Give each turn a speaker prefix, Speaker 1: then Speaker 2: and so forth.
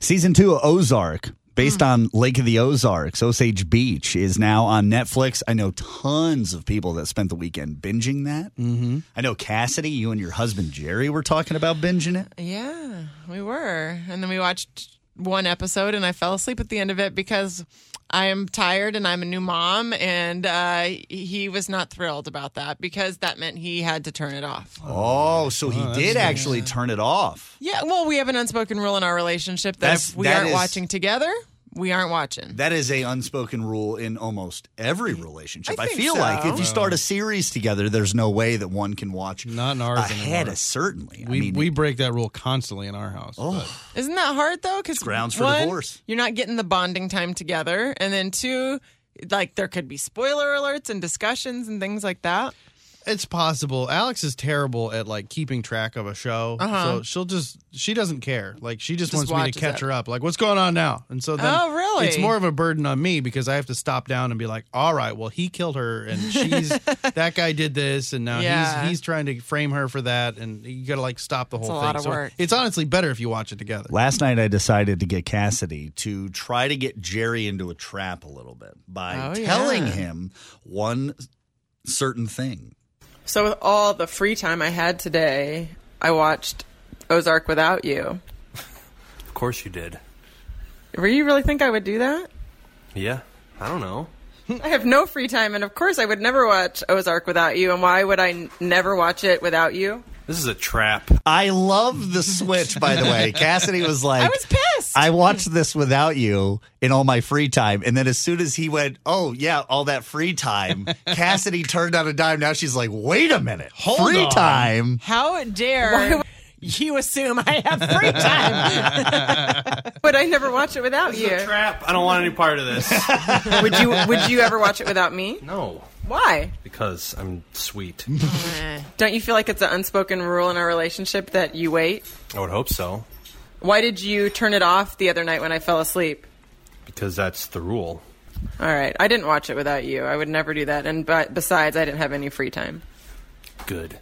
Speaker 1: Season two of Ozark,
Speaker 2: Hmm.
Speaker 1: based on Lake of the Ozarks, Osage Beach, is now on Netflix. I know tons of people that spent the weekend binging that. Mm-hmm. I know Cassidy, you and your husband Jerry were talking about binging it.
Speaker 3: Yeah, we were. And then we watched one episode and I fell asleep at the end of it because I am tired and I'm a new mom. And uh, he was not thrilled about that because that meant he had to turn it off.
Speaker 1: Oh, so he did actually turn it off.
Speaker 3: Yeah, well, we have an unspoken rule in our relationship that
Speaker 1: That's-
Speaker 3: if we
Speaker 1: that
Speaker 3: aren't
Speaker 1: is-
Speaker 3: watching together, we aren't watching.
Speaker 1: That is a unspoken rule in almost every relationship.
Speaker 3: I
Speaker 1: I,
Speaker 3: think
Speaker 1: feel
Speaker 3: so.
Speaker 1: like if you start a series together, there's no way that one can watch
Speaker 2: Not in ours
Speaker 1: ahead.
Speaker 2: anymore.
Speaker 1: Of, certainly,
Speaker 2: We,
Speaker 1: I mean,
Speaker 2: we break that rule constantly in our house. Oh,
Speaker 3: Isn't that hard though? Because
Speaker 1: grounds for divorce.
Speaker 3: You're not getting the bonding time together, and then two, like there could be spoiler alerts and discussions and things like that.
Speaker 2: it's possible. Alex is terrible at like keeping track of a show, so she'll just she doesn't care. Like she just,
Speaker 3: Uh-huh. Just
Speaker 2: wants me to
Speaker 3: watches
Speaker 2: catch
Speaker 3: it.
Speaker 2: her up. Like what's going on now? And so then
Speaker 3: Oh, really?
Speaker 2: it's more of a burden on me because I have to stop down and be like, all right, well he killed her and she's that guy did this and now
Speaker 3: Yeah.
Speaker 2: he's he's trying to frame her for that and you got to like stop the whole
Speaker 3: a
Speaker 2: thing.
Speaker 3: lot of
Speaker 2: So
Speaker 3: work.
Speaker 2: It's honestly better if you watch it together.
Speaker 1: Last night, I decided to get Cassidy to try to get Jerry into a trap a little bit by
Speaker 3: Oh,
Speaker 1: telling
Speaker 3: yeah.
Speaker 1: him one certain thing.
Speaker 3: So with all the free time I had today, I watched Ozark without you.
Speaker 4: Of course you did.
Speaker 3: Were you really think I would do that?
Speaker 4: Yeah. I don't know.
Speaker 3: I have no free time, and of course I would never watch Ozark without you. And why would I n- never watch it without you?
Speaker 4: This is a trap.
Speaker 1: I love the switch, by the way. Cassidy was like,
Speaker 3: I was pissed.
Speaker 1: I watched this without you in all my free time. And then as soon as he went, oh, yeah, all that free time, Cassidy turned on a dime. Now she's like, wait a minute. free
Speaker 2: on."
Speaker 1: time.
Speaker 3: How dare you assume I have free time? would I never watch it without you?
Speaker 4: Trap. I don't want any part of this.
Speaker 3: Would you would you ever watch it without me?
Speaker 4: no.
Speaker 3: Why?
Speaker 4: Because I'm sweet.
Speaker 3: Don't you feel like it's an unspoken rule in our relationship that you wait?
Speaker 4: I would hope so.
Speaker 3: Why did you turn it off the other night when I fell asleep?
Speaker 4: Because that's the rule.
Speaker 3: All right, I didn't watch it without you. I would never do that. And but besides, I didn't have any free time.
Speaker 4: Good.